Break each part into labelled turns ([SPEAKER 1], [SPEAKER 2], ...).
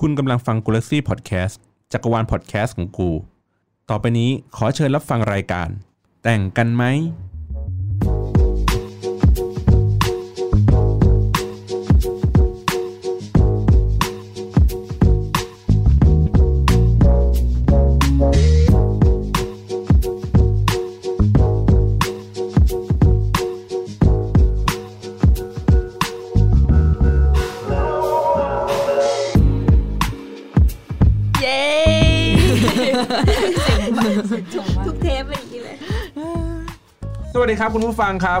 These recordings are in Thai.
[SPEAKER 1] คุณกำลังฟัง g ู l ล็กซี่พอดแคสต์จักรวาลพอดแคสต์ของกู ต่อไปนี้ขอเชิญรับฟังรายการ แต่งกันไหม
[SPEAKER 2] เย้ทุกเทปเป็นอย่างนี้เลย
[SPEAKER 1] สวัสดีครับคุณผู้ฟังครับ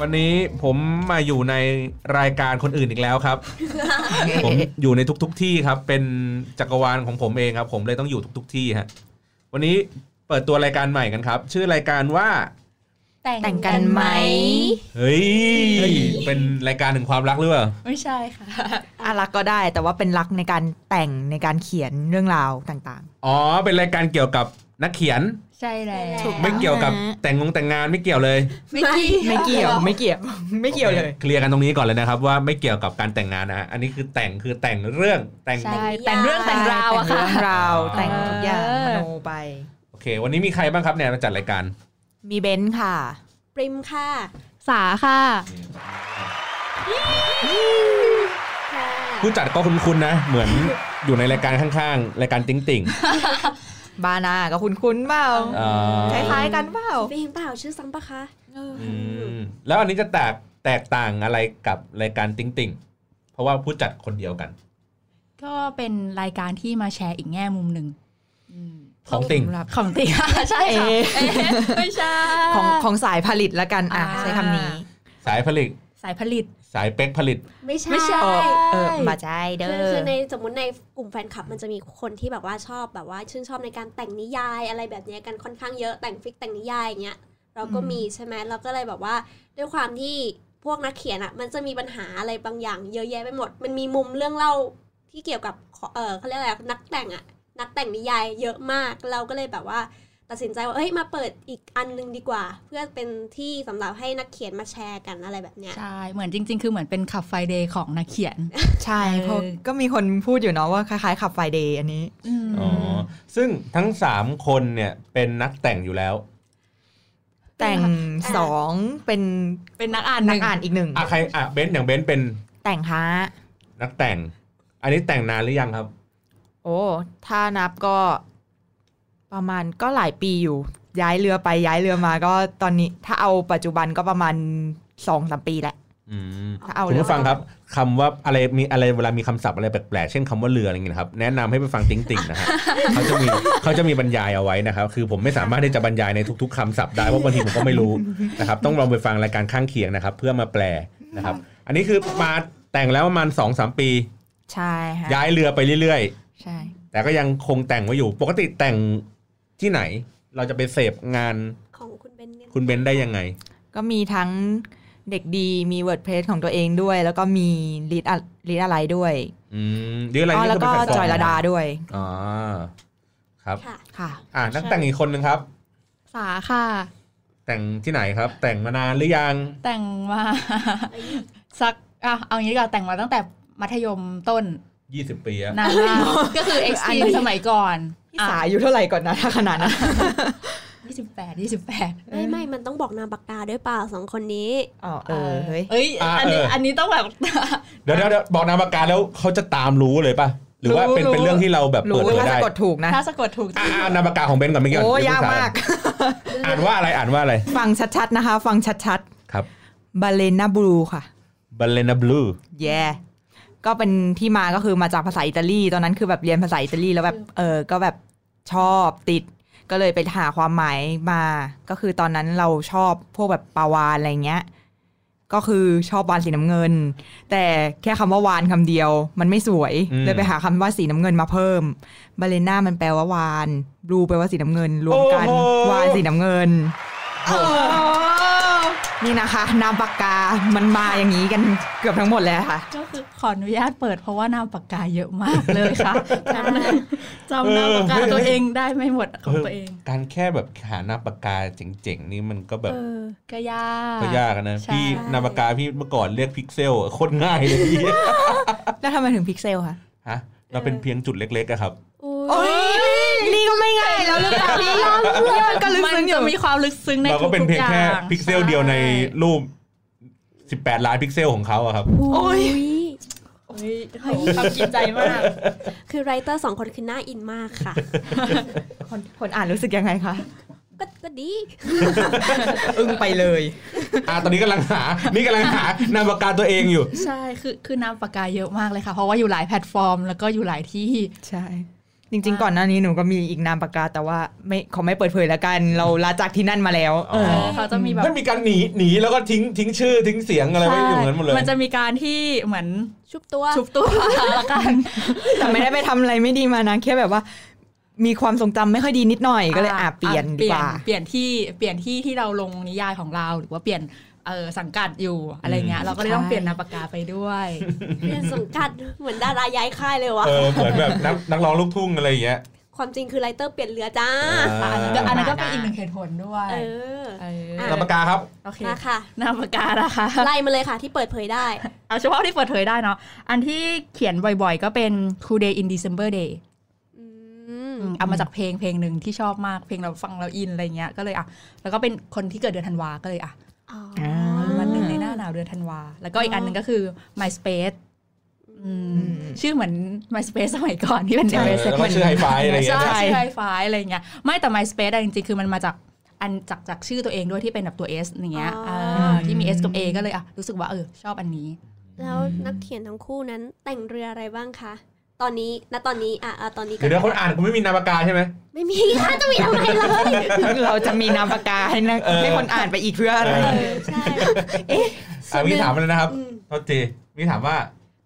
[SPEAKER 1] วันนี้ผมมาอยู่ในรายการคนอื่นอีกแล้ว ครับ ผมอยู่ในทุก ๆ ที่ครับ เป็นจักรวาลของผมเองครับ ผมเลยต้องอยู่ทุก ๆ ที่ฮะวันนี้เปิดตัวรายการใหม่กันครับ ชื่อรายการว่า
[SPEAKER 2] แต่งกันไหม
[SPEAKER 1] เฮ้ย เป็นรายการถึงความรักหรือเปล่า
[SPEAKER 3] ไม่ใช่ค่ะ
[SPEAKER 4] อารักก็ได้แต่ว่าเป็นรักในการแต่งในการเขียนเรื่องราวต่าง
[SPEAKER 1] อ๋อ เป็นรายการเกี่ยวกับนักเขียน
[SPEAKER 3] ใช่แล้ว
[SPEAKER 2] ถูก
[SPEAKER 1] ไม่เกี่ยวกับแต่งงงแต่งงานไม่เกี่ยวเลย
[SPEAKER 2] ไม่เกี่ยว
[SPEAKER 4] ๆ ไม่เกี่ ยวไม่เกี่ยว ไม่เกี่ยวเลย
[SPEAKER 1] โอเคเคลียร์กันตรงนี้ก่อนเลยนะครับว่าไม่เกี่ยวกับการแต่งงานนะฮะอันนี้คือแต่งคือแต่งเรื่องแต่ง
[SPEAKER 3] ใช่ แต่งเรื่องแต่งราวอะค่ะ
[SPEAKER 4] แต่งเรื่องราว
[SPEAKER 1] อ๋อ
[SPEAKER 4] แต่งทุกอย่าง
[SPEAKER 3] เออ
[SPEAKER 4] มโนไป
[SPEAKER 1] โอเค วันนี้มีใครบ้างครับเนี่ยมาจัดรายการ
[SPEAKER 4] มีเบนซ์ค่ะ
[SPEAKER 2] ปริมค่ะ
[SPEAKER 3] สาค่ะ
[SPEAKER 2] ค่ะ
[SPEAKER 1] ผู้จัดก็คุ้นๆนะ เหมือนอยู่ในรายการข้างๆ รายการติ๊งติ่ง
[SPEAKER 4] บานาก็คุณคุ้นๆเปล่า
[SPEAKER 1] เอ่อ
[SPEAKER 4] คล้ายๆกันเปล่า
[SPEAKER 2] เพลงเปล่าชื่อซ้ำปะคะ
[SPEAKER 1] อืมแล้วอันนี้จะแตกแตกต่างอะไรกับรายการติ๊งติ่งเพราะว่าผู้จัดคนเดียวกัน
[SPEAKER 3] ก็เป็นรายการที่มาแชร์อีกแง่มุมหนึ่งอืม
[SPEAKER 1] ของติ่ง
[SPEAKER 4] สำหรับ
[SPEAKER 3] ของติ ง ใช่
[SPEAKER 4] เอ
[SPEAKER 3] ค่ะเอ๊ะไม่ใช่
[SPEAKER 4] ของของสายผลิตละกันอ่ะ
[SPEAKER 3] อ่า
[SPEAKER 4] ใช้คำนี้
[SPEAKER 1] สายผลิต
[SPEAKER 3] สายผลิต
[SPEAKER 1] สายเป๊กผลิต
[SPEAKER 2] ไม่ใช่
[SPEAKER 3] ไม่ใช่
[SPEAKER 4] เออเออมาใจเด้
[SPEAKER 2] คือ
[SPEAKER 4] อ
[SPEAKER 2] คือในสมมติในกลุ่มแฟนคลับมันจะมีคนที่แบบว่าชอบแบบว่าชื่นชอบในการแต่งนิยายอะไรแบบเนี้ยกันค่อนข้างเยอะแต่งฟิกแต่งนิยายอย่างเงี้ยเราก็มีใช่ไหมเราก็เลยแบบว่าด้วยความที่พวกนักเขียนอะมันจะมีปัญหาอะไรบางอย่างเยอะแยะไปหมด มันมีมุมเรื่องเล่าที่เกี่ยวกับขอเออเขาเรียกอะไรนักแต่งอะนักแต่งนิยายเยอะมากเราก็เลยแบบว่า ตัดสินใจว่าเอ้ยมาเปิดอีกอันหนึงดีกว่า เพื่อเป็นที่สำหรับให้นักเขียนมาแชร์กันอะไรแบบเนี้ย
[SPEAKER 3] ใช่ เหมือนจริง ๆ คือเหมือนเป็นขับไฟเดย์ของนักเขียน
[SPEAKER 4] ใช่เพราะ
[SPEAKER 3] เออ
[SPEAKER 4] ก็มีคนพูดอยู่เนาะว่าคล้ายๆขับไฟเดย์อันนี้
[SPEAKER 3] อืม
[SPEAKER 1] อ๋อ ซึ่งทั้ง 3 คนเนี่ยเป็นนักแต่งอยู่แล้ว
[SPEAKER 4] แต่งสองเป็น
[SPEAKER 3] เป็นนักอ่านห
[SPEAKER 4] นัก
[SPEAKER 3] นึ่ง
[SPEAKER 4] อ่านอีกหนึ่ง
[SPEAKER 1] อ่ะใครอ่ะเบนซ์อย่างเบนซ์เป็น
[SPEAKER 4] แต่งฮะ
[SPEAKER 1] นักแต่ง อันนี้แต่งนานหรือยังครับ
[SPEAKER 4] โอ้ ถ้านับก็ประมาณก็หลายปีอยู่ ย้ายเรือไปย้ายเรือมาก็ตอนนี้ถ้าเอาปัจจุบันก็ประมาณสองสามปีแหละ
[SPEAKER 1] อืม
[SPEAKER 4] ถ้าเอา
[SPEAKER 1] คุณ
[SPEAKER 4] เรือ
[SPEAKER 1] ผู้ฟังครับคำว่าอะไรมีอะไรเวลามีคำศัพท์อะไรแปลกๆ เช่นคำว่าเรืออะไรอย่างเงี้ยนะครับ แนะนำให้ไปฟังติ๊งติ่งนะฮ ะ เขาจะมีเขาจะมีบรรยายเอาไว้นะครับ คือผมไม่สามารถที่จะบรรยายในทุก ๆคำศัพท์ได้เพราะบางทีผมก็ไม่รู้นะครับ ต้องลองไปฟังรายการข้างเคียงนะครับ เพื่อมาแปลนะครับ อันนี้คือมาแต่งแล้วประมาณสองสามปี
[SPEAKER 4] ใช่ฮะ
[SPEAKER 1] ย้ายเรือไปเรื่อย ๆ
[SPEAKER 4] ใช่
[SPEAKER 1] แต่ก็ยังคงแต่งไว้อยู่ ปกติแต่งที่ไหน เราจะไปเสพงาน
[SPEAKER 2] ของคุณเบนเนี่ย
[SPEAKER 1] คุณเบนซ์ได้ยังไง
[SPEAKER 4] ก็มีทั้งเด็กดีมี WordPress ของตัวเองด้วย แล้วก็มีลิดลิดอะไรด้วย
[SPEAKER 1] อืมหรืออะไร
[SPEAKER 4] อ๋อ
[SPEAKER 1] นี่
[SPEAKER 4] แล้วก็
[SPEAKER 1] คืเป็นแพฟร์ม
[SPEAKER 4] จอยระดาด้วย
[SPEAKER 1] อ๋อครับ
[SPEAKER 2] ค่ะ
[SPEAKER 4] ค่ะ
[SPEAKER 1] อ่ะนักแต่งอีกคนนึงครับ
[SPEAKER 3] สาค่ะ
[SPEAKER 1] แต่งที่ไหนครับ แต่งมานานหรือยัง
[SPEAKER 3] แต่งมา สักอ่ะเอางี้ดีกว่าแต่งมาตั้งแต่มัธยมต้น
[SPEAKER 1] ยี่สิบปีอะ
[SPEAKER 3] นาน มากก็คือเอ็กซ์ตรีมสมัยก่อน
[SPEAKER 4] พี่สาอายู่เท่าไหร่ก่อนนะถ้าขนาดนั้น
[SPEAKER 3] ยี่สิบแปดยี่สิบแปด
[SPEAKER 2] ไม่ไม่ มันต้องบอกนามปากกาด้วยเปล่าสองคนนี้
[SPEAKER 4] อ๋อเออเฮ้ย
[SPEAKER 3] เอ้ย อันนี้อันนี้ต้องแบบ
[SPEAKER 1] เดี๋ยวเดี๋ยวเดี๋ยวบอกนามปากกาแล้วเขาจะตามรู้เลยป่ะ หรือว่าเป็น
[SPEAKER 3] รู้
[SPEAKER 1] เป็นเรื่องที่เราแบบ
[SPEAKER 4] รู้
[SPEAKER 1] เปิดเผย
[SPEAKER 4] ถ้า
[SPEAKER 1] ได้
[SPEAKER 4] สะกดถูกนะ
[SPEAKER 3] ถ้าสะกดถูก
[SPEAKER 1] อ่ะอ่ะนามปากกาของเบนซ์ก่อนไม่เกี่ยว
[SPEAKER 4] โอ้ยากมาก
[SPEAKER 1] อ่านว่าอะไรอ่านว่าอะไร
[SPEAKER 4] ฟังชัดๆนะคะ ฟังชัด
[SPEAKER 1] ครับ
[SPEAKER 4] ๆบาเลนาบลูค่ะ
[SPEAKER 1] บาเลนาบลู
[SPEAKER 4] แย่ก็เป็นที่มาก็คือมาจากภาษาอิตาลี ตอนนั้นคือแบบเรียนภาษาอิตาลีแล้วแบบเออก็แบบชอบติด ก็เลยไปหาความหมายมา ก็คือตอนนั้นเราชอบพวกแบบปลาวานอะไรเงี้ย ก็คือชอบวานสีน้ำเงิน แต่แค่คำว่าวานคำเดียว มันไม่สวยเลยไปหาคำว่าสีน้ำเงินมาเพิ่มบาเลน่ามันแปลว่าวานบลูแปลว่าสีน้ำเงิน รวมกันวานสีน้ำเงิน นี่นะคะนามปากกา มันมาอย่างนี้กันเกือบทั้งหมดเลยค่ะ
[SPEAKER 3] ก็คือขออนุญาตเปิดเพราะว่านามปากกาเยอะมากเลยค่ะจำนะจำนามปากกาตัวเองได้ไม่หมดของตัวเอง
[SPEAKER 1] การแค่แบบหานามปากกาเจ๋งๆนี่มันก็แบบ
[SPEAKER 3] เออก็ยาก
[SPEAKER 1] ก็ยากอะนะ
[SPEAKER 3] ใช่
[SPEAKER 1] พี่นา บากาพี่เมื่อก่อนเรียกพิกเซลอะโคตรง่ายเลยพี่
[SPEAKER 4] แล้วทำไมถึงพิกเซลคะ
[SPEAKER 1] ฮะ เราเป็นเพียงจุดเล็กๆอะครับ
[SPEAKER 4] โอ้ยนี่ก็ไม่ง่ายแล้วหรือเปล่าพี่นี่มันก็ลึก
[SPEAKER 3] มัน
[SPEAKER 4] ซึ้งอ
[SPEAKER 3] จะ
[SPEAKER 4] ยู่
[SPEAKER 3] มีความลึกซึ้งใน
[SPEAKER 1] เราก็เป็น
[SPEAKER 3] ทุกๆ
[SPEAKER 1] เพียงแค่
[SPEAKER 3] อา
[SPEAKER 1] พิกเซลเดียวในรูป 18 ล้านพิกเซลของเขา อะครับ
[SPEAKER 4] โอ้ย
[SPEAKER 3] โอ้ยเฮ้ยความกินใจมาก
[SPEAKER 2] คือไรเตอร์สองคนคือน่าอินมากค่ะ
[SPEAKER 4] คนคนอ่านรู้สึกยังไงคะ
[SPEAKER 2] ก็ก็ดี
[SPEAKER 4] อึ้งไปเลย
[SPEAKER 1] อ่ะตอนนี้กำลังหา นี่กำลังหานามปากกาตัวเองอยู่
[SPEAKER 3] ใช่คือคือนามปากกาเยอะมากเลยค่ะ เพราะว่าอยู่หลายแพลตฟอร์ม แล้วก็อยู่หลายที่
[SPEAKER 4] ใช่ จริง ๆ ก่อนหน้านี้หนูก็มีอีกนามปากกาแต่ว่าไม่ขอไม่เปิดเผยแล้วกัน เราลาจากที่นั่นมาแล้ว
[SPEAKER 1] อ๋อ
[SPEAKER 3] เขาจะมีแบบ
[SPEAKER 1] มันมีการหนีหนีแล้วก็ทิ้งทิ้งชื่อทิ้งเสียงอะไรไว้อยู่เหมือนหมดเลย
[SPEAKER 3] มันจะมีการที่เหมือน
[SPEAKER 2] ชุบตัว
[SPEAKER 3] ชุบตัวละกัน
[SPEAKER 4] แต่ไม่ได้ไปทำอะไรไม่ดีมานะแค่แบบว่า มีความทรงจำไม่ค่อยดีนิดหน่อยก็เลยอ่ะเปลี่ยนดีกว่า
[SPEAKER 3] เปลี่ยนที่เปลี่ยนที่ที่เราลงนิยายของเราหรือว่าเปลี่ยนเออสังกัดอยู่อะไรเงี้ยเราก็เลยต้อง
[SPEAKER 4] ใช่
[SPEAKER 3] เปลี่ยนนามปากกาไปด้วย
[SPEAKER 2] เรียนสังกัดเหมือนดาราย้ายค่ายเลยวะ
[SPEAKER 1] เออเหมือนแบบนักนักร้องลูกทุ่งอะไรอย่างเงี้ย
[SPEAKER 2] ความจริงคือไรเตอร์เปลี่ยนเรือจ้า
[SPEAKER 1] อ่า
[SPEAKER 3] อันนี้ก็อันนั้นก็เป็นอีกหนึ่งเหตุผลด้วย
[SPEAKER 2] เออ
[SPEAKER 3] เออ
[SPEAKER 1] นักปากกาครับ
[SPEAKER 3] โอเค
[SPEAKER 2] มาค่ะ
[SPEAKER 3] นามปากกานะคะ
[SPEAKER 2] ไล่มาเลยค่ะที่เปิดเผยได้
[SPEAKER 3] เอาเฉพาะที่เปิดเผยได้เนาะ อันที่เขียนบ่อยๆ ก็เป็น Cool Day in December Day
[SPEAKER 2] อืม
[SPEAKER 3] อืมเอามาจากเพลงเพลงหนึ่งที่ชอบมาก เพลงเราฟังเราอินอะไรเงี้ย ก็เลยอ่ะ แล้วก็เป็นคนที่เกิดเดือนธันวา ก็เลยอ่ะ
[SPEAKER 2] อ๋อ
[SPEAKER 3] วันหนึ่งในหน้าหนาวเดือนธันวา แล้วก็อีกอันหนึ่งก็คือ MySpace อืม
[SPEAKER 4] อืม
[SPEAKER 3] ชื่อเหมือน MySpace สมัยก่อนที่เป็น
[SPEAKER 1] ใช่
[SPEAKER 3] MSN
[SPEAKER 1] แล้วก็ชื่อไฮไฟว์อะไรอย่างเงี้ย
[SPEAKER 3] ใช่ชื่อไฮไฟว์อะไรเงี้ย ไม่แต่ MySpace อะจริงๆ คือมันมาจากอันจากจากชื่อตัวเองด้วยที่เป็นแบบตัว S อย่างเงี้ยเออที่มี S กับ A ก็เลยอ่ะรู้สึกว่าเออชอบอันนี้
[SPEAKER 2] แล้วนักเขียนทั้งคู่นั้นแต่งเรืออะไรบ้างคะ ตอนนี้ ณ ตอนนี้ อ่ะอ่ะตอนนี้
[SPEAKER 1] เดี๋ยวเดี๋ยวคนอ่านคุณไม่มีนามปากกาใช่ไหม
[SPEAKER 2] ไม่มี ค่ะจะมีทำไมล่ะ
[SPEAKER 4] เราจะมีนามปากกาให้นะ
[SPEAKER 1] เออ
[SPEAKER 4] ให้คนอ่านไปอีกเพื่ออะไร
[SPEAKER 2] เออใช่
[SPEAKER 1] อ่าวิถามมาเลยนะครับ
[SPEAKER 2] อืม
[SPEAKER 1] โทษทีวิถามว่า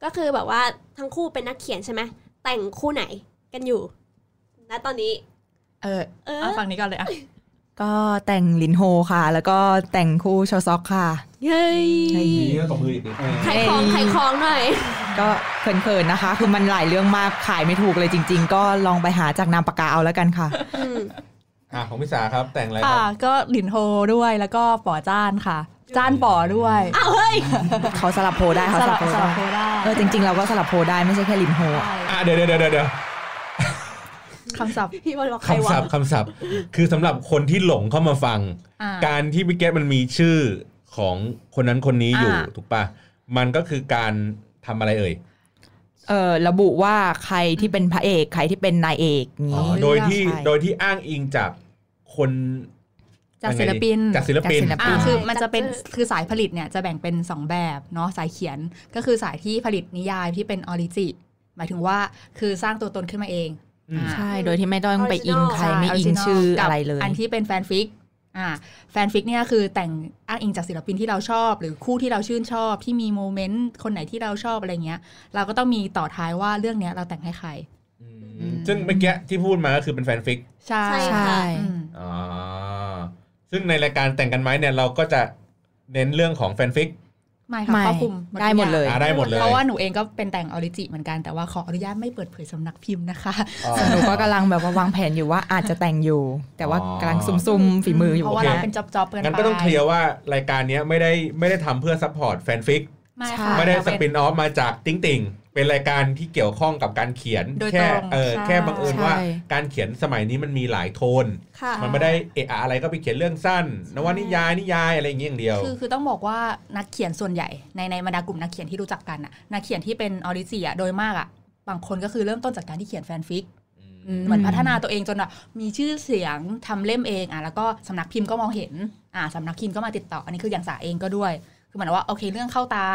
[SPEAKER 2] ก็คือแบบว่าทั้งคู่เป็นนักเขียนใช่ไหม แต่งคู่ไหนกันอยู่ ณ ตอนนี้
[SPEAKER 3] เออ
[SPEAKER 2] เออ
[SPEAKER 3] เอาฝั่งนี้ก่อนเลยอ่ะ
[SPEAKER 4] ก็แต่งลินโฮค่ะ แล้วก็แต่งคู่ชอซอกค่ะ
[SPEAKER 2] เย้ย
[SPEAKER 4] เฮ้ย
[SPEAKER 1] นี่ก็ตบมืออีกนิดเออ
[SPEAKER 2] ขายของขายของหน่อย
[SPEAKER 4] ก็เขินๆนะคะ คือมันหลายเรื่องมากขายไม่ถูกเลยจริง ๆ ก็ลองไปหาจากนามปากกาเอาแล้วกันค่ะ
[SPEAKER 2] อืม
[SPEAKER 1] อ่ะของพิสาครับแต่งอะไรค
[SPEAKER 3] ค่ะ
[SPEAKER 1] รับ
[SPEAKER 3] ก็หลินโฮด้วยแล้วก็ป๋อจ้านค่ะ จ้านป๋อด้วย
[SPEAKER 2] อ้าวเฮ้ย
[SPEAKER 4] เขาสลับโพลได้เขา
[SPEAKER 3] ส
[SPEAKER 4] ส
[SPEAKER 3] ลั
[SPEAKER 4] ลั
[SPEAKER 3] บบ
[SPEAKER 4] โพล
[SPEAKER 3] สลั
[SPEAKER 4] ได้
[SPEAKER 3] บโพลได้
[SPEAKER 4] เออจริง ๆ เราก็สลับโพลได้ไม่ใช่แค่ลินโฮอะ
[SPEAKER 3] ใช่
[SPEAKER 1] อ่ะเดี๋ยวเดี๋ยวเดี๋ยวเดี๋ยว
[SPEAKER 3] คำศัพท์
[SPEAKER 2] พี่บอลบอกใคร
[SPEAKER 1] คำ
[SPEAKER 2] วะ
[SPEAKER 1] ศัพท์คำศัพท์ คือสำหรับคนที่หลงเข้ามาฟัง
[SPEAKER 3] อ่า
[SPEAKER 1] การที่พิเกตมันมีชื่อของคนนั้นคนนี้อยู่
[SPEAKER 4] อ่า
[SPEAKER 1] ถูกปะมันก็คือการทำอะไรเอ่ย
[SPEAKER 4] เออระบุว่าใครที่เป็นพระเอก ใครที่เป็นนายเอก
[SPEAKER 1] อ๋อ
[SPEAKER 4] นี้
[SPEAKER 1] โดยที่
[SPEAKER 4] ใช่
[SPEAKER 1] โดยที่อ้างอิงจากคน
[SPEAKER 3] จากศิลปิน
[SPEAKER 1] ยังไงดีจากศิลปิน
[SPEAKER 4] จากศิลปิ
[SPEAKER 3] อ่าคือมันจะเป็นคือสายผลิตเนี่ยจะแบ่งเป็น 2 แบบเนาะสายเขียนก็คือสายที่ผลิตนิยายที่เป็นออริจิ หมายถึงว่าคือสร้างตัวตนขึ้นมาเอง
[SPEAKER 1] อืม
[SPEAKER 3] อ่า
[SPEAKER 4] ใช่โดยที่ไม่ต้องไปอิงใคร
[SPEAKER 3] ใช่
[SPEAKER 4] ไม่อิง
[SPEAKER 3] original
[SPEAKER 4] ชื่อ
[SPEAKER 3] กับ
[SPEAKER 4] อะไรเลย
[SPEAKER 3] อันที่เป็นแฟนฟิกอ่าแฟนฟิกเนี่ยคือแต่งอ้างอิงจากศิลปินที่เราชอบ หรือคู่ที่เราชื่นชอบที่มีโมเมนต์คนไหนที่เราชอบอะไรเงี้ย เราก็ต้องมีต่อท้ายว่าเรื่องเนี้ยเราแต่งให้ใคร
[SPEAKER 1] อืมซึ่งเมื่อกี้ที่พูดมาก็คือเป็นแฟนฟิก
[SPEAKER 3] ใช่
[SPEAKER 2] ใช่
[SPEAKER 4] ใช่
[SPEAKER 2] ค่ะ
[SPEAKER 3] อืม
[SPEAKER 1] อ๋อซึ่งในรายการแต่งกันไหมเนี่ยเราก็จะเน้นเรื่องของแฟนฟิก
[SPEAKER 3] ไม่ค่ะ
[SPEAKER 4] ไม่
[SPEAKER 3] ครอบคลุม
[SPEAKER 4] ได้หมดเลย
[SPEAKER 1] อ่าได้หมดเลย
[SPEAKER 3] เพราะว่าหนูเองก็เป็นแต่งออริจิเหมือนกันแต่ว่าขออนุญาตไม่เปิดเผยสำนักพิมพ์นะคะ
[SPEAKER 1] อ๋อ
[SPEAKER 4] หนูก็กำลังแบบว่าวางแผนอยู่ว่าอาจจะแต่งอยู่ แต่ว่า
[SPEAKER 1] อ๋อ
[SPEAKER 4] กำลังซุ่มๆฝีมืออยู่
[SPEAKER 3] เพราะ
[SPEAKER 1] โอ
[SPEAKER 3] ว่า
[SPEAKER 1] เค
[SPEAKER 3] เราเป็นจ็อบๆกันไป
[SPEAKER 1] งั้นก็ต้องเคลียร์ว่ารายการเนี้ยไม่ได้ไม่ได้ทำเพื่อซัพพอร์ตแฟนฟิก
[SPEAKER 3] ไม่ค่ะ
[SPEAKER 1] ไม่ได้
[SPEAKER 3] เรา
[SPEAKER 1] ส
[SPEAKER 3] เป็น
[SPEAKER 1] ปินออฟมาจากติ๊งติ่งเป็นรายการที่เกี่ยวข้องกับการเขียน
[SPEAKER 3] โดยตร
[SPEAKER 1] แค่
[SPEAKER 3] ง
[SPEAKER 1] เออ
[SPEAKER 3] ใช่
[SPEAKER 1] แค่บังเอิญว่าการเขียนสมัยนี้มันมีหลายโทน
[SPEAKER 2] ค่ะ
[SPEAKER 1] มันไม่ได้เอะอะอะไรก็ไปเขียนเรื่องสั้นนวนิยายนิยายอะไรอย่างเงี้ยอย่างเดียว
[SPEAKER 3] คือคือต้องบอกว่านักเขียนส่วนใหญ่ในในบรรดากลุ่มนักเขียนที่รู้จักกันอะนักเขียนที่เป็นออริจิอะโดยมากอะบางคนก็คือเริ่มต้นจากการที่เขียนแฟนฟิกเหมือนพัฒนาตัวเองจนแบบมีชื่อเสียงทำเล่มเองอ่ะแล้วก็สำนักพิมพ์ก็มองเห็นอ่ะสำนักพิมพ์ก็มาติดต่อ อันนี้คืออย่างสาเองก็ด้วยคือเหมือนว่าโอเคเรื่องเข้าตา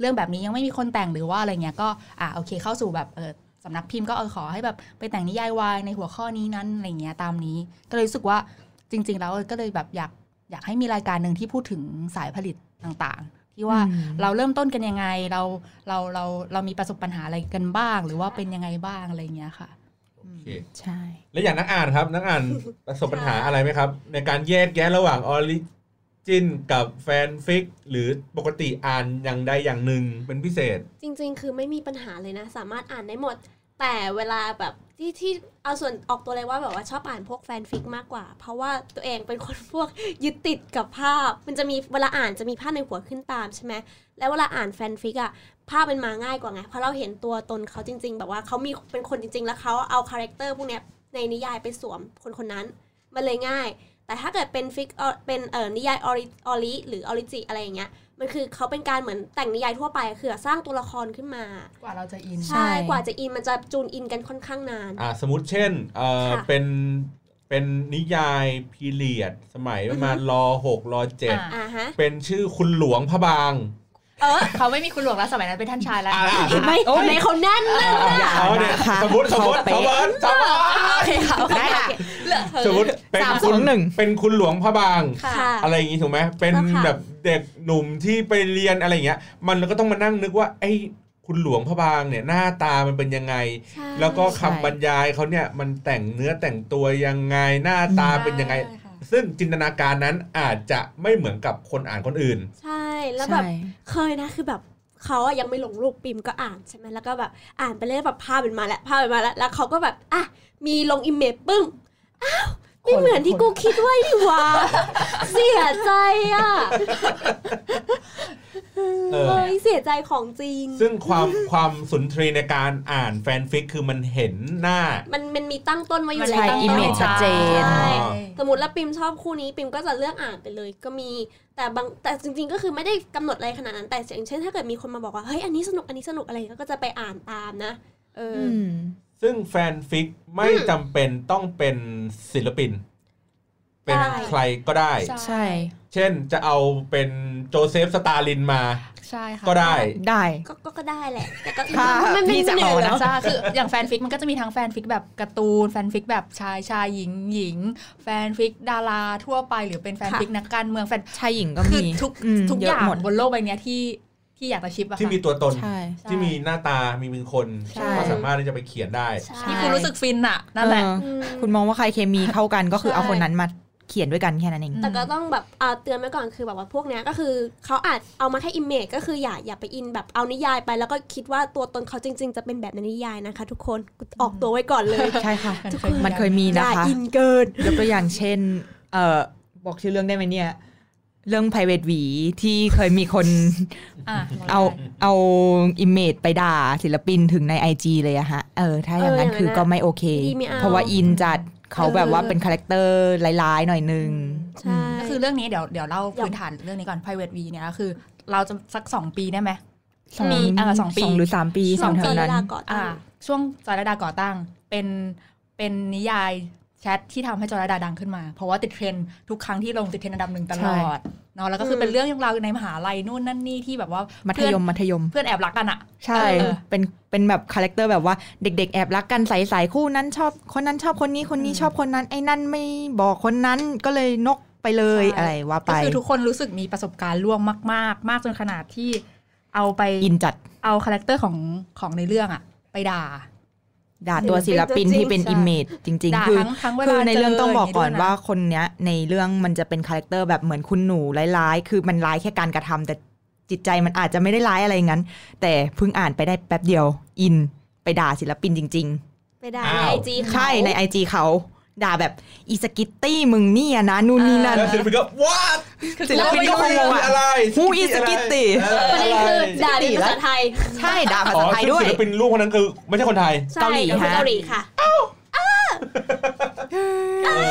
[SPEAKER 3] เรื่องแบบนี้ยังไม่มีคนแต่งหรือว่าอะไรเงี้ยก็อ่ะโอเคเข้าสู่แบบเออสำนักพิมพ์ก็เออขอให้แบบไปแต่งนิยายวายในหัวข้อนี้นั้นอะไรเงี้ยตามนี้ ก็เลยรู้สึกว่าจริง ๆ แล้วก็เลยแบบอยากอยากให้มีรายการหนึ่งที่พูดถึงสายผลิตต่างๆ ที่ว่า
[SPEAKER 4] ว่า
[SPEAKER 3] เราเริ่มต้นกันยังไงเราเราเราเรามีประสบปัญหาอะไรกันบ้าง หรือว่าเป็นยังไงบ้างอะไรอย่างเงี้ยค่ะ
[SPEAKER 1] โอเค
[SPEAKER 4] ใช่
[SPEAKER 1] แล้วอย่างนักอ่านครับ นักอ่านประสบปัญหาอะไรไหมครับ ในการแยกแยะระหว่างออริจินกับแฟนฟิก หรือปกติอ่านอย่างใดอย่างหนึ่งเป็นพิเศษ
[SPEAKER 2] จริงๆ คือไม่มีปัญหาเลยนะ สามารถอ่านได้หมด แต่เวลาแบบที่ที่เอาส่วนออกตัวเลยว่าแบบว่าชอบอ่านพวกแฟนฟิกมากกว่า เพราะว่าตัวเองเป็นคนพวกยึดติดกับภาพ มันจะมีเวลาอ่านจะมีภาพในหัวขึ้นตามใช่ไหมแล้วเวลาอ่านแฟนฟิกอะ ภาพมันมาง่ายกว่าไงเพราะเราเห็นตัวตนเขาจริง ๆ แบบว่าเขามีเป็นคนจริง ๆ แล้วเขาเอาคาแรคเตอร์พวกเนี้ยในนิยายไปสวมคนคนนั้นมันเลยง่าย แต่ถ้าเกิดเป็นฟิกเป็นเอ่อนิยายออริออริหรือออริจิอะไรอย่างเงี้ยมันคือเขาเป็นการเหมือนแต่งนิยายทั่วไปอะคือสร้างตัวละครขึ้นมา
[SPEAKER 3] กว่าเราจะอิน
[SPEAKER 4] ใช่
[SPEAKER 2] ใช่ กว่าจะอินมันจะจูนอินกันค่อนข้างนาน
[SPEAKER 1] อ่าสมมติเช่นเออ
[SPEAKER 2] ค่ะ
[SPEAKER 1] เป็นเป็นนิยายพีเรียด สมัยประมาณรอหกรอเจ็ด
[SPEAKER 3] อ่า
[SPEAKER 2] อ่าฮะ
[SPEAKER 1] เป็นชื่อคุณหลวงพระบาง
[SPEAKER 2] เออ
[SPEAKER 3] เขาไม่มีคุณหลวงแล้วสมัยนั้นเป็นท่านชายแล้ว
[SPEAKER 1] อ่าอ่า
[SPEAKER 2] ไม่
[SPEAKER 4] โอ๊ย
[SPEAKER 2] ทำไมเขาแน่นเลย
[SPEAKER 4] อย่า
[SPEAKER 1] เอาเนี่ย
[SPEAKER 4] นะคะ
[SPEAKER 1] สมมติสมมติส
[SPEAKER 4] เขา
[SPEAKER 1] มม
[SPEAKER 4] เป๊ะ
[SPEAKER 1] ติสมมติ
[SPEAKER 3] โอเคค่ะโอเค
[SPEAKER 4] ได้ค่ะ
[SPEAKER 3] เหลือ
[SPEAKER 1] สมมติเป็น
[SPEAKER 4] สามสอง
[SPEAKER 1] คุณ
[SPEAKER 4] หนึ่ง
[SPEAKER 1] เป็นคุณหลวงพระบาง
[SPEAKER 2] ค่ะ
[SPEAKER 1] อะไรอย่างงี้ถูกไหมเป็น
[SPEAKER 2] แล้วค่ะ
[SPEAKER 1] แบบเด็กหนุ่มที่ไปเรียนอะไรอย่างเงี้ย มันก็ต้องมานั่งนึกว่าไอ้คุณหลวงพระบางเนี่ยหน้าตามันเป็นยังไง
[SPEAKER 2] ใช่
[SPEAKER 1] แล้วก็คำ
[SPEAKER 4] ใช่
[SPEAKER 1] บรรยายเขาเนี่ยมันแต่งเนื้อแต่งตัวยังไงหน้าตาเป็นยังไง
[SPEAKER 3] ใช่ค่ะ
[SPEAKER 1] ซึ่งจินตนาการนั้นอาจจะไม่เหมือนกับคนอ่านคนอื่น
[SPEAKER 2] ใช่แล้วแบบ
[SPEAKER 4] ใช่
[SPEAKER 2] เคยนะคือแบบเขาอะยังไม่ลงรูปปิมก็อ่านใช่ไหมแล้วก็แบบอ่านไปเรื่อยแบบภาพมันมาแล้วภาพมันมาแล้วแล้วเขาก็แบบอ่ะมีลงอิมเมจปึ้งอ้าวไม่เหมือนที่กูคิดไว้นี่หว่าเสียใจอ่ะ
[SPEAKER 1] เออ
[SPEAKER 2] เฮ้ยเสียใจของจริง
[SPEAKER 1] ซึ่งความความสุนทรีในการอ่านแฟนฟิกคือมันเห็นหน้า
[SPEAKER 2] มันมันมีตั้งต้นไว้อยู่
[SPEAKER 4] มัน
[SPEAKER 2] แล้ว
[SPEAKER 4] ใช้ image ชัดเจน
[SPEAKER 2] ใช่
[SPEAKER 1] อ๋อ
[SPEAKER 2] สมมติแล้วปิมชอบคู่นี้ปิมก็จะเลือกอ่านไปเลยก็มีแต่บางแต่จริงๆก็คือไม่ได้กำหนดอะไรขนาดนั้นแต่อย่างเช่นถ้าเกิดมีคนมาบอกว่าเฮ้ยอันนี้สนุกอันนี้สนุกอะไรก็จะไปอ่านตามนะเอออ
[SPEAKER 4] ม
[SPEAKER 1] ซึ่งแฟนฟิกไม่
[SPEAKER 2] อืม
[SPEAKER 1] จำเป็นต้องเป็นศิลปิน เป็น
[SPEAKER 2] ได้
[SPEAKER 1] ใครก็ได้
[SPEAKER 4] ใช่
[SPEAKER 1] เช่นจะเอาเป็นโจเซฟสตาลินมา
[SPEAKER 3] ใช่ค่ะ
[SPEAKER 1] ก็ได้
[SPEAKER 4] ได้
[SPEAKER 2] ก็ก็ก็ได้แหละ แต่ก็
[SPEAKER 4] ค่ะ
[SPEAKER 2] มันไม่
[SPEAKER 4] พี่จะ
[SPEAKER 2] เห
[SPEAKER 4] ข
[SPEAKER 2] นื่
[SPEAKER 4] อ
[SPEAKER 2] อย
[SPEAKER 4] นะ
[SPEAKER 2] แล้ว
[SPEAKER 3] ใช่คืออย่างแฟนฟิกมันก็จะมีทั้งแฟนฟิกแบบการ์ตูนแฟนฟิกแบบชายชายหญิงหญิง แฟนฟิกดาราทั่วไปหรือเป็นแฟนฟิกนักการเมืองแฟน
[SPEAKER 4] ชายหญิงก็
[SPEAKER 3] คื
[SPEAKER 4] มี
[SPEAKER 3] อทุก
[SPEAKER 4] ม
[SPEAKER 3] ทุก
[SPEAKER 4] เ
[SPEAKER 3] อย่าง
[SPEAKER 4] หมด
[SPEAKER 3] บนโลกใบเนี้ยที่ที่อยากจะชิปอะ
[SPEAKER 1] ที่
[SPEAKER 3] ค่ะ
[SPEAKER 1] มีตัวตน
[SPEAKER 4] ใช่
[SPEAKER 3] ใช่
[SPEAKER 1] ที่มีหน้าตามีมือคน
[SPEAKER 3] ใช่
[SPEAKER 1] ก็สามารถที่จะไปเขียนได้
[SPEAKER 2] ใช่
[SPEAKER 3] ที่คุณรู้สึกฟินอะนั่นแหละ
[SPEAKER 4] เออ
[SPEAKER 2] อืม
[SPEAKER 4] คุณมองว่าใครเคมีเข้ากันก็คือ
[SPEAKER 2] ใช่
[SPEAKER 4] เอาคนนั้นมาเขียนด้วยกันแค่นั้นเอง
[SPEAKER 2] แต่ก็ต้องแบบอ่าเตือนไว้ก่อนคือแบบว่าพวกเนี้ยก็คือเขาอาจเอามาแค่อิมเมจก็คืออย่าอย่าไปอินแบบเอานิยายไป แล้วก็คิดว่าตัวตนเขาจริง ๆ จะเป็นแบบในนิยายนะคะ ทุกคนกูออกตัวไว้ก่อนเลย
[SPEAKER 4] ใช่ค่ะ
[SPEAKER 3] ทุกคน
[SPEAKER 4] มันเคยมี
[SPEAKER 2] อ
[SPEAKER 4] นะ
[SPEAKER 2] ย่า
[SPEAKER 4] คะ
[SPEAKER 2] อินเกิน
[SPEAKER 4] ยกตัวอย่างเช่น เอ่อ บอกชื่อเรื่องได้ไหมเนี่ย เรื่อง private หวีที่เคยมีคน
[SPEAKER 3] ะ
[SPEAKER 4] เอาเอาอิมเมจไปด่าศิลปินถึงใน IG เลยอะฮะ เออ ถ้าอย่างนั้น
[SPEAKER 2] เออ
[SPEAKER 4] คือก็ไม่โอเค
[SPEAKER 2] ดีไม่เอา
[SPEAKER 4] เพราะว่าอินจัดเขาแบบว่า
[SPEAKER 2] เออ
[SPEAKER 4] เป็นคาแรคเตอร์ร้ายๆ หน่อยนึง
[SPEAKER 2] ใช่
[SPEAKER 3] ก็คือเรื่องนี้เดี๋ยวเดี๋ยวเล่าพื้นฐานเรื่องนี้ก่อน private v เนี่ยก็คือ เราจะสักสองปีได้ไหม
[SPEAKER 4] สอง
[SPEAKER 3] มีเออสองปี
[SPEAKER 4] หรือสามปี
[SPEAKER 2] ช่
[SPEAKER 4] ส
[SPEAKER 2] ว
[SPEAKER 4] อง
[SPEAKER 2] จ
[SPEAKER 4] ง
[SPEAKER 2] อ
[SPEAKER 4] เท่า
[SPEAKER 2] ย
[SPEAKER 4] นั้น
[SPEAKER 2] ดาก่อน
[SPEAKER 3] อ่าช่วงจอยระดาก่อตั้งเป็นเป็นนิยายแชทที่ทำให้จอยระดาดังขึ้นมา เพราะว่าติดเทรนด์ทุกครั้งที่ลงติดเทรนด์อันดับหนึ่งตลอดเนาะแล้วก็คือเป็นเรื่องราวในมหาลัยนู่นนั่นนี่ที่แบบว่า
[SPEAKER 4] มัธยมมัธยม
[SPEAKER 3] เพื่อนแอบรักกันอะ
[SPEAKER 4] ใช่
[SPEAKER 3] เออ
[SPEAKER 4] เป็น เป็นแบบคาแรคเตอร์แบบว่าเด็กๆ แอบรักกันใสๆคู่นั้นชอบ คนนั้นชอบคนนี้ คนนี้
[SPEAKER 3] อืม
[SPEAKER 4] ชอบคนนั้น ไอ้นั่นไม่บอกคนนั้นก็เลยนกไปเลยอะไรว่าไป
[SPEAKER 3] ก็คือทุกคนรู้สึกมีประสบการณ์ร่วมมาก ๆ มากจนขนาดที่เอาไป
[SPEAKER 4] อินจัด
[SPEAKER 3] เอาคาแรคเตอร์ของของในเรื่องอะไปด่า
[SPEAKER 4] ด่าตัวศิลปินที่เป็น
[SPEAKER 3] ใช่
[SPEAKER 4] อิมเมจจริง
[SPEAKER 3] ด่า
[SPEAKER 4] ๆ คือ
[SPEAKER 3] ทั้งทั้งเวลา
[SPEAKER 4] คือในเรื่อง
[SPEAKER 3] จ
[SPEAKER 4] ต้องบอกก่อน
[SPEAKER 3] ย่ง
[SPEAKER 4] ว่า
[SPEAKER 3] ด้วยะ
[SPEAKER 4] คนเนี้ยในเรื่องมันจะเป็นคาแรคเตอร์แบบเหมือนคุณหนูร้ายๆ คือมันร้ายแค่การกระทำแต่จิตใจมันอาจจะไม่ได้ร้ายอะไรงั้น แต่เพิ่งอ่านไปได้แป๊บเดียว อินไปด่าศิลปินจริง ๆ
[SPEAKER 2] ไปด่า
[SPEAKER 1] อ้าว
[SPEAKER 2] ในไอจีเขา
[SPEAKER 4] ใช่ในไอจีเขาด่าแบบอีสกิตตี้มึงเนี่ยนะนู่นนี่นั่น
[SPEAKER 1] แล้วศิลปินก็ว้า
[SPEAKER 4] ศิลปินก็คงงงอะ
[SPEAKER 1] อะไร
[SPEAKER 4] Who is Kitty?
[SPEAKER 2] ประเด็นคือด่าในภาษาไทย
[SPEAKER 4] ใช่ด่าภา
[SPEAKER 1] อ๋อ
[SPEAKER 4] ษาไทย
[SPEAKER 1] ซึ่ง
[SPEAKER 4] ด้วย
[SPEAKER 1] ศิลปินลูกคนนั้นคือไม่ใช่คนไทย
[SPEAKER 2] ใช่
[SPEAKER 4] เกาหลี
[SPEAKER 2] ก็คือ
[SPEAKER 4] ฮะ
[SPEAKER 2] เกาหลีค่ะ
[SPEAKER 1] เอ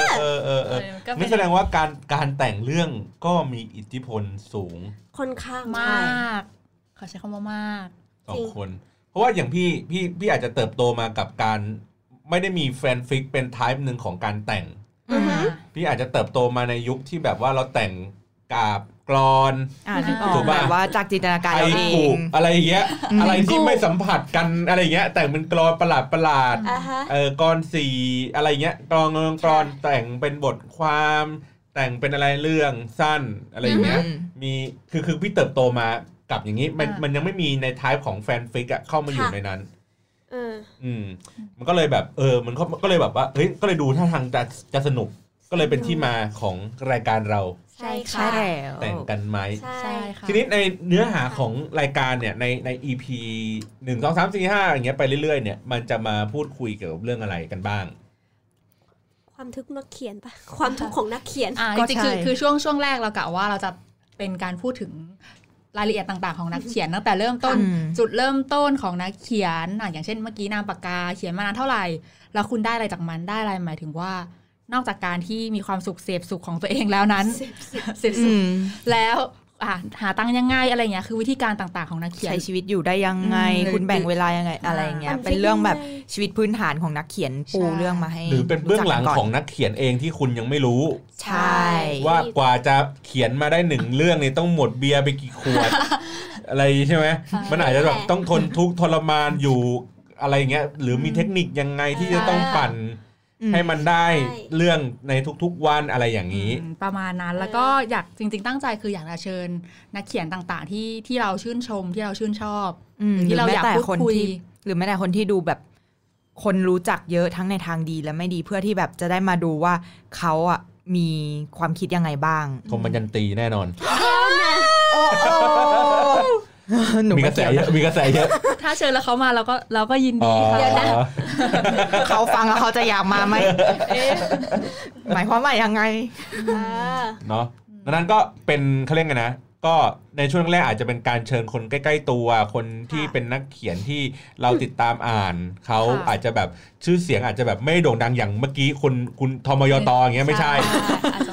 [SPEAKER 1] อเออเออเออ
[SPEAKER 3] เออก็เป็น
[SPEAKER 1] นี่แสดงว่าการการแต่งเรื่องก็มีอิทธิพลสูง
[SPEAKER 2] ค่อนข้าง
[SPEAKER 3] ม
[SPEAKER 2] ใช่
[SPEAKER 3] ากขอใช้คำว่ามาก
[SPEAKER 1] สองคน เพราะว่าอย่างพี่พี่พี่อาจจะเติบโตมากับการไม่ได้มีแฟนฟิกเป็นไทป์หนึ่งของการแต่ง
[SPEAKER 4] อือฮึ
[SPEAKER 1] พี่อาจจะเติบโตมาในยุคที่แบบว่าเราแต่งกาบกรอน
[SPEAKER 4] อ่านึกออ
[SPEAKER 1] ถู
[SPEAKER 4] ก
[SPEAKER 1] ก
[SPEAKER 4] แบ
[SPEAKER 1] ปะ
[SPEAKER 4] บว่าจากจินตนาการ
[SPEAKER 1] ไอ้
[SPEAKER 4] เราเอ
[SPEAKER 1] ผู
[SPEAKER 4] ง
[SPEAKER 1] กอะไรอย่างเงี้ย
[SPEAKER 4] อืม
[SPEAKER 1] อะไรที่ไม่สัมผัสกันอะไรอย่างเงี้ย แต่งเป็นกรอนประหลาดประหลาด
[SPEAKER 2] อ่าฮะ
[SPEAKER 1] เออกรอนสีอะไรเงี้ยกรอนกรอนกรอนแต่งเป็นบทความ แต่งเป็นอะไรเรื่องสั้นอะไรอย่างเงี้ย
[SPEAKER 4] อืม
[SPEAKER 1] มีคือคือพี่เติบโตมากับอย่างนี้มัน
[SPEAKER 3] อ่ามั
[SPEAKER 1] มันยังไม่มีในทายของแฟนฟิกอะเข้ามาอยู่
[SPEAKER 2] ค่ะ
[SPEAKER 1] ในนั้น
[SPEAKER 2] เออ
[SPEAKER 1] อืมมันก็เลยแบบเออมันก็ก็เลยแบบว่าเฮ้ยก็เลยดูท่าทางจะจะสนุกก็เลยเป็นที่มาของรายการเรา
[SPEAKER 2] ใช่
[SPEAKER 4] ใช่
[SPEAKER 2] ค่ะ
[SPEAKER 4] แล้ว
[SPEAKER 1] แต่งกันไหม
[SPEAKER 2] ใช่
[SPEAKER 3] ใช่ค่ะ
[SPEAKER 1] ทีนี้ในเนื้อหาของรายการเนี่ยในใน EP หนึ่งสองสามสี่ห้าอย่างเงี้ยไปเรื่อยๆเนี่ยมันจะมาพูดคุยเกี่ยวกับเรื่องอะไรกันบ้าง
[SPEAKER 2] ความทุกข์นักเขียนปะ ความทุกข์ของนักเขียน
[SPEAKER 3] อ่าจริงๆคือคือช่วงช่วงแรกเรากะว่าเราจะเป็นการพูดถึง รายละเอียดต่างๆ ของนักเขียนตั้งแต่เริ่มต้น
[SPEAKER 4] อืม
[SPEAKER 3] จุดเริ่มต้นของนักเขียนอ่ะอย่างเช่นเมื่อกี้นามปากกาเขียนมานานเท่าไหร่ แล้วคุณได้อะไรจากมันได้อะไรหมายถึงว่า นอกจากการที่มีความสุขเสพสุขของตัวเองแล้ว นั้นเสพสุ
[SPEAKER 4] อื
[SPEAKER 3] ข
[SPEAKER 4] ม
[SPEAKER 3] แล้วอ่ะหาตังค์ยังไงอะไรเงี้ยคือวิธีการต่างๆของนักเขียน
[SPEAKER 4] ใช้ชีวิตอยู่ได้ยังไง
[SPEAKER 3] อืม
[SPEAKER 4] คุณแบ่งเวลายังไงอะไรอย่างเงี้ย
[SPEAKER 2] มัน
[SPEAKER 4] เป็นเรื่องแบบ
[SPEAKER 2] ไม่ได้
[SPEAKER 4] ชีวิตพื้นฐานของนักเขียนปู
[SPEAKER 3] ใช่
[SPEAKER 4] เรื่องมาให้
[SPEAKER 1] หรือเป็นเบื้องหลัง
[SPEAKER 4] รู้จัก
[SPEAKER 1] ข
[SPEAKER 4] ก่
[SPEAKER 1] อน งนักเขียนเองที่คุณยังไม่รู้
[SPEAKER 4] ใช่
[SPEAKER 1] ว่ากว่าจะเขียนมาได้หนึ่งเรื่องนี่ต้องหมดเบียร์ไปกี่ข วด อะไรใช่ไหม
[SPEAKER 3] ใช่
[SPEAKER 1] มันอาจจะแบบต้องทนทุกข์ทรมานอยู่อะไรเงี้ยหรือมี
[SPEAKER 3] อืม
[SPEAKER 1] เทคนิคยังไงที่
[SPEAKER 3] ใช่
[SPEAKER 1] จะต้องปั่น
[SPEAKER 4] อืม
[SPEAKER 1] ให้มันได้
[SPEAKER 2] ใช่
[SPEAKER 1] เรื่องในทุกๆวันอะไรอย่างนี้
[SPEAKER 3] อืมประมาณนั้นแล้วก็อยากจริง ๆ ตั้งใจคืออยากจะเชิญนักเขียนต่างๆ ที่ที่เราชื่นชมที่เราชื่นชอบ
[SPEAKER 4] อืม
[SPEAKER 3] หรือที่เราอยาก
[SPEAKER 4] หแม้แต่
[SPEAKER 3] พูด
[SPEAKER 4] คน
[SPEAKER 3] คุย
[SPEAKER 4] ที่หรือแม้แต่คนที่ดูแบบคนรู้จักเยอะทั้งในทางดีและไม่ดีเพื่อที่แบบจะได้มาดูว่าเขาอ่ะมีความคิดยังไงบ้าง
[SPEAKER 1] คมบรรยันตีแน่นอน
[SPEAKER 4] หนู
[SPEAKER 1] มีก
[SPEAKER 4] ไม่
[SPEAKER 1] ระแส
[SPEAKER 4] เกี่ยว
[SPEAKER 1] เยอะมีกระแสเยอะ
[SPEAKER 3] ถ้าเชิญแล้วเขามาเราก็เราก็ยิน
[SPEAKER 1] อ๋
[SPEAKER 3] ดี
[SPEAKER 1] อ
[SPEAKER 3] ค่ะ
[SPEAKER 4] เขาฟังแล้วเขาจะอยากมาไหมเอ๊ะหมายความว่ายังไง
[SPEAKER 2] เออ
[SPEAKER 1] เนาะดังนั้นก็เป็นเขาเรียกไงนะ ก็ในช่วงแรกอาจจะเป็นการเชิญคนใกล้ ๆ ตัว คนที่เป็นนักเขียนที่เราติดตามอ่าน เขา
[SPEAKER 3] ค่ะ
[SPEAKER 1] อาจจะแบบชื่อเสียงอาจจะแบบไม่โด่งดังอย่างเมื่อกี้คุณคุณทมยตอย่างเงี้ยไม่ใช่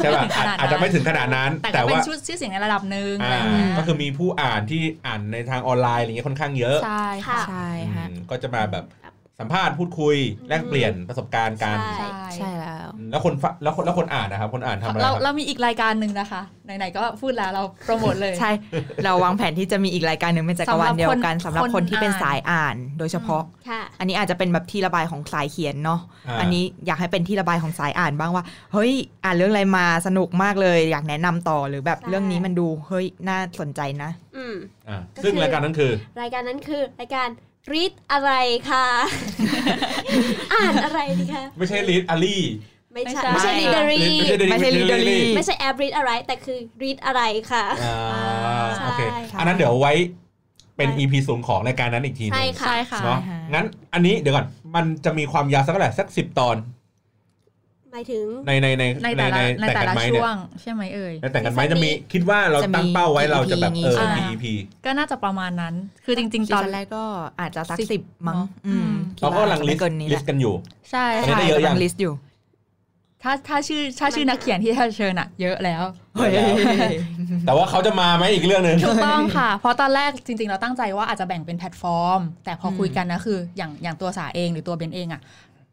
[SPEAKER 1] ใช่ป่ะอาจอาจจะไม่ถึงขนาดนั้น
[SPEAKER 3] แต่
[SPEAKER 1] แต่
[SPEAKER 3] ก็เป็น
[SPEAKER 1] ว่า
[SPEAKER 3] ชื่อชื่อเสียงในระดับหนึ่งอะไร
[SPEAKER 1] อ่า
[SPEAKER 3] อย่างเงี้ย
[SPEAKER 1] ก็คือมีผู้อ่านที่อ่านในทางออนไลน์อะไรเงี้ยค่อนข้างเยอะ
[SPEAKER 3] ใช่ค่ะ
[SPEAKER 4] ใช่ค่ะ
[SPEAKER 1] อืมก็จะมาแบบสัมภาษณ์พูดคุยแลกเปลี่ยนประสบการณ์กัน
[SPEAKER 2] ใช่
[SPEAKER 4] ใช่แล้ว
[SPEAKER 1] อืมแล้วคนฟังแล้วคนแล้วคนอ่านนะครับ คนอ่านทำอะไรค
[SPEAKER 3] เรา
[SPEAKER 1] รับ
[SPEAKER 3] เรามีอีกรายการหนึ่งนะคะ ไหนๆก็พูดแล้วเราโปรโมทเลย
[SPEAKER 4] ใช่ เราวางแผนที่จะมีอีกรายการหนึ่งเป็นจักรวาลเดียวกันสำ
[SPEAKER 3] สำ
[SPEAKER 4] ห
[SPEAKER 3] ห
[SPEAKER 4] รั
[SPEAKER 3] รั
[SPEAKER 4] บบ
[SPEAKER 3] คน
[SPEAKER 4] คนที่เป็น
[SPEAKER 3] คนอ่าน
[SPEAKER 4] สายอ่านโดยเฉพาะ
[SPEAKER 2] ค่ะ
[SPEAKER 4] อันนี้อาจจะเป็นแบบที่ระบายของสายเขียนเนาะ
[SPEAKER 1] า
[SPEAKER 4] อันนี้อยากให้เป็นที่ระบายของสายอ่านบ้างว่า เฮ้ย อ่านเรื่องอะไรมาสนุกมากเลย อยากแนะนำต่อหรือแบบ
[SPEAKER 2] ใช่
[SPEAKER 4] เรื่องนี้มันดูเฮ้ยน่าสนใจนะ
[SPEAKER 2] อืม
[SPEAKER 1] อ่า
[SPEAKER 2] ก็คือ
[SPEAKER 1] ซึ่งรายการนั้นคือ
[SPEAKER 2] รายการนั้นคือรายการรีดอะไรค่ะ อ่านอะไรดีคะ
[SPEAKER 1] ไม่ใช่ลีดอารี่
[SPEAKER 2] ไม่ใช่
[SPEAKER 3] ไม่
[SPEAKER 2] ไม่
[SPEAKER 3] ใช่
[SPEAKER 2] ใช่รีดอะไร
[SPEAKER 1] ไม่ใช่ Read-
[SPEAKER 4] ไม่ใช่ Read the Read
[SPEAKER 2] ไม่ใช่แอปรีดอะไร แต่คือรีดอะไรค่ะ
[SPEAKER 1] อ่า
[SPEAKER 2] ใช่
[SPEAKER 1] โอเค
[SPEAKER 4] ใช่
[SPEAKER 1] อันนั้นเดี๋ยวไว้เป็น
[SPEAKER 2] ใช่
[SPEAKER 1] อีพีสูงของรายการนั้นอีกทีหนึ
[SPEAKER 2] ใช่
[SPEAKER 1] ง
[SPEAKER 2] ค่ะ
[SPEAKER 3] ใช่ค่ะ
[SPEAKER 1] เนาะ
[SPEAKER 4] ใช่ค่ะ
[SPEAKER 1] งั้นอันนี้เดี๋ยวก่อน มันจะมีความยาวสักเท่าไหร่สักสิบตอน
[SPEAKER 2] หมายถึง
[SPEAKER 1] ในในใน
[SPEAKER 3] ในแต่ละในแต่
[SPEAKER 1] กั
[SPEAKER 3] ละ
[SPEAKER 1] ไหม
[SPEAKER 3] ช่
[SPEAKER 1] เนี่ยว
[SPEAKER 3] งใช่ไหมเอ่ย
[SPEAKER 1] ในแต่งกันไหมจะมีคิดว่าเราตั้งเป้าไว้
[SPEAKER 4] จะมี
[SPEAKER 1] เราจะแบบ
[SPEAKER 4] EP
[SPEAKER 1] เออ
[SPEAKER 3] นี้
[SPEAKER 1] กี่
[SPEAKER 3] ใช่ไหม
[SPEAKER 1] EP
[SPEAKER 3] ก็น่าจะประมาณนั้น คือจริง
[SPEAKER 4] ซี
[SPEAKER 3] ๆ ตอน
[SPEAKER 4] ซั่นแรกก็อาจจะสัก
[SPEAKER 3] สิบ
[SPEAKER 4] สิบมั้ง
[SPEAKER 3] เนอะ
[SPEAKER 4] อืม
[SPEAKER 3] อืม
[SPEAKER 4] คิด
[SPEAKER 1] เรา
[SPEAKER 4] ว่
[SPEAKER 1] ก็กำลังลิ
[SPEAKER 4] ไม่
[SPEAKER 1] ส
[SPEAKER 4] เกินนี้แหละ
[SPEAKER 1] ต์กันอยู่
[SPEAKER 3] ใช่
[SPEAKER 1] ตอนนี้
[SPEAKER 3] ค่ะ
[SPEAKER 1] ได้เยอะยัง
[SPEAKER 4] กำลังลิสต์อยู่
[SPEAKER 3] ถ้าถ้าชื่อถ้าชื่อนักเขียนที่ท่านเชิญอ่ะเยอะแล้ว
[SPEAKER 1] เยอะแล้ว แต่ว่าเขาจะมาไหมอีกเรื่องหนึ่ง
[SPEAKER 3] ถูกต้องค่ะ เพราะตอนแรกจริง ๆ เราตั้งใจว่าอาจจะแบ่งเป็นแพลตฟอร์ม แต่พอคุยกันนะคืออย่างอย่างตัวสาเองหรือตัวเบนเองอะ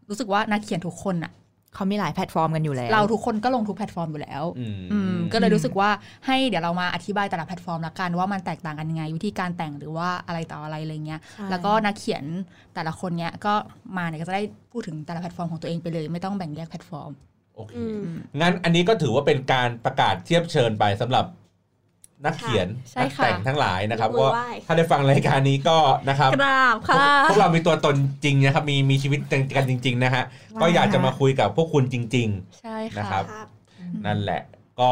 [SPEAKER 3] รู้สึกว่านักเขียนทุกคนอะ
[SPEAKER 4] เขามีหลายแพลตฟอร์มกันอยู่แล้ว
[SPEAKER 3] เราทุกคนก็ลงทุกแพลตฟอร์มอยู่แล้ว
[SPEAKER 1] อืม
[SPEAKER 3] อืมก็เลยรู้สึกว่าให้เดี๋ยวเรามาอธิบายแต่ละแพลตฟอร์มละกันว่ามันแตกต่างกันยังไงวิธีการแต่งหรือว่าอะไรต่ออะไรอะไรเงี้ย
[SPEAKER 4] ใช่
[SPEAKER 3] แล้วก็นักเขียนแต่ละคนเนี้ยก็มาเนี่ยก็จะได้พูดถึงแต่ละแพลตฟอร์มของตัวเองไปเลย ไม่ต้องแบ่งแยกแพลตฟอร์ม
[SPEAKER 1] โอเค
[SPEAKER 2] อืม
[SPEAKER 1] งั้นอันนี้ก็ถือว่าเป็นการประกาศเทียบเชิญไปสำหรับนักเขียน
[SPEAKER 3] ใช่
[SPEAKER 1] นัก
[SPEAKER 3] ค่ะ
[SPEAKER 1] แต่งทั้งหลายนะครับ
[SPEAKER 2] ยกมื
[SPEAKER 1] ก็
[SPEAKER 2] อไหว้
[SPEAKER 1] ถ้าได้ฟังรายการนี้ก็นะครับ
[SPEAKER 3] กราบค่ะ
[SPEAKER 1] พวกเรามีตัวตนจริงนะครับมีมีชีวิตกันจริง ๆ นะฮะก็อยากจะมาคุยกับพวกคุณจริง
[SPEAKER 3] ใช่
[SPEAKER 1] นะ
[SPEAKER 3] ค่ะ
[SPEAKER 1] ครับ
[SPEAKER 2] ครับ
[SPEAKER 1] ๆ นั่นแหละ ก็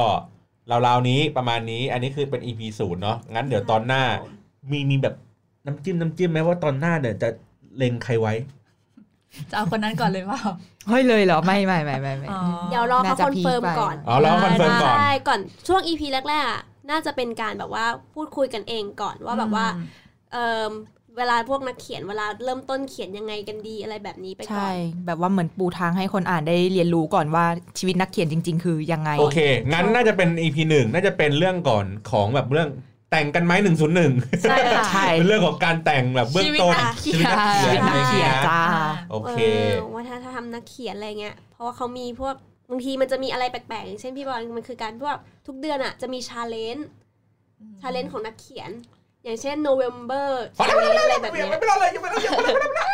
[SPEAKER 1] ราวๆนี้ประมาณนี้อันนี้คือเป็น EP ศูนย์เนาะงั้นเดี๋ยวตอนหน้ามีมีแบบน้ำจิ้มน้ำจิ้มไหมว่าตอนหน้าเนี่ยจะเล็งใครไว้
[SPEAKER 3] จะเอาคนนั้นก่อนเลยเปล่า
[SPEAKER 4] เฮ้ยเลยเหรอไม่ไม่ไม่ไม่ไม่
[SPEAKER 3] อ๋อ
[SPEAKER 2] เดี๋ยวรอเขา
[SPEAKER 4] น่าจะ
[SPEAKER 2] คอนเฟิร์ม
[SPEAKER 4] พีคไป
[SPEAKER 2] ก่อน
[SPEAKER 1] อ๋อรอคอนเฟิร์มก่อน
[SPEAKER 2] ใช่ก่อนช่วง EP แรกๆอะน่าจะเป็นการแบบว่าพูดคุยกันเองก่อนว่าแบบว่า เอมเวลาพวกนักเขียนเวลาเริ่มต้นเขียนยังไงกันดีอะไรแบบนี้ไปก่อ
[SPEAKER 4] ใช่
[SPEAKER 2] น
[SPEAKER 4] แบบว่าเหมือนปูทางให้คนอ่านได้เรียนรู้ก่อนว่าชีวิตนักเขียนจริง ๆ คือยังไง
[SPEAKER 1] โอเค งั้นน่าจะเป็น EP หนึ่งน่าจะเป็นเรื่องก่อนของแบบเรื่องแต่งกันไหมหนึ่งศูนย์หนึ่ง
[SPEAKER 3] ใช่ค่ะ
[SPEAKER 4] ใช่
[SPEAKER 1] เป็นเรื่องของการแต่งแบบเบื้องต้น
[SPEAKER 3] ชีวิตนักเขี
[SPEAKER 4] ชี
[SPEAKER 3] ย
[SPEAKER 4] วิตนักเขียนจ้า
[SPEAKER 1] โอเค
[SPEAKER 2] ออวัฒนธรรมนักเขียนอะไรเงี้ย เพราะว่าเขามีพวกบางทีมันจะมีอะไรแปลกๆอย่างเช่นพี่บอลมันคือการพวกทุกเดือนอ่ะจะมีชาเลนจ์ชาเลนจ์ของนักเขียน อย่างเช่น November
[SPEAKER 1] พอแล้ว
[SPEAKER 2] challenge อะไรแบบ
[SPEAKER 1] ยั
[SPEAKER 2] เนี้
[SPEAKER 1] ง
[SPEAKER 2] ย
[SPEAKER 1] ไม่เป็นไรเลยยังไม่เป็นไร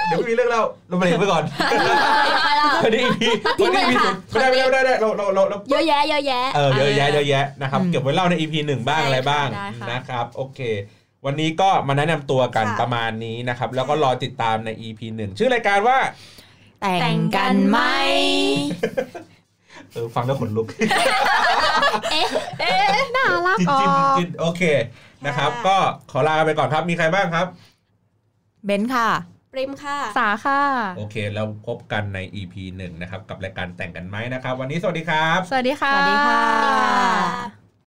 [SPEAKER 1] เดี๋ยวมีเรื่องเราเราไปเองไปก่อน
[SPEAKER 2] ไปแล้ว
[SPEAKER 1] พอดีพี่พอดีพี่ไม่ได้ไม่ได้ไม่ได้เราเราเราเรา
[SPEAKER 2] เยอะแยะเยอะแยะ
[SPEAKER 1] เออเยอะแยะเยอะแยะนะครับ
[SPEAKER 4] อืม
[SPEAKER 1] เก็บไว้เล่าใน EP หนึ่งบ้าง
[SPEAKER 3] ใช่
[SPEAKER 1] อะไรบ้าง
[SPEAKER 3] ได้ค่ะ
[SPEAKER 1] นะครับ โอเค วันนี้ก็มาแนะนำตัวกัน
[SPEAKER 2] ค่ะ
[SPEAKER 1] ประมาณนี้นะครับ แล้วก็รอติดตามใน EP หนึ่งชื่อรายการว่า
[SPEAKER 4] แต่งกันไหม
[SPEAKER 1] เออฟังแล้วขนลุก
[SPEAKER 2] เอ๊ะ
[SPEAKER 1] เอ๊ะน่ารักจริงๆจริงๆโอเคนะครับ
[SPEAKER 2] ค่ะ
[SPEAKER 1] ก็ขอลาไปก่อนครับมีใครบ้างครับ
[SPEAKER 4] เบนซ์ค่ะ
[SPEAKER 2] ปริมค่ะ
[SPEAKER 3] สาค่ะ
[SPEAKER 1] โอเค แล้วพบกันใน EP 1 นะครับ กับรายการแต่งกันไหมนะครับ วันนี้สวัสดีครับ
[SPEAKER 3] สวัสดีค่ะ
[SPEAKER 4] สวัสดีค่ะ
[SPEAKER 2] สวัสดีค่ะ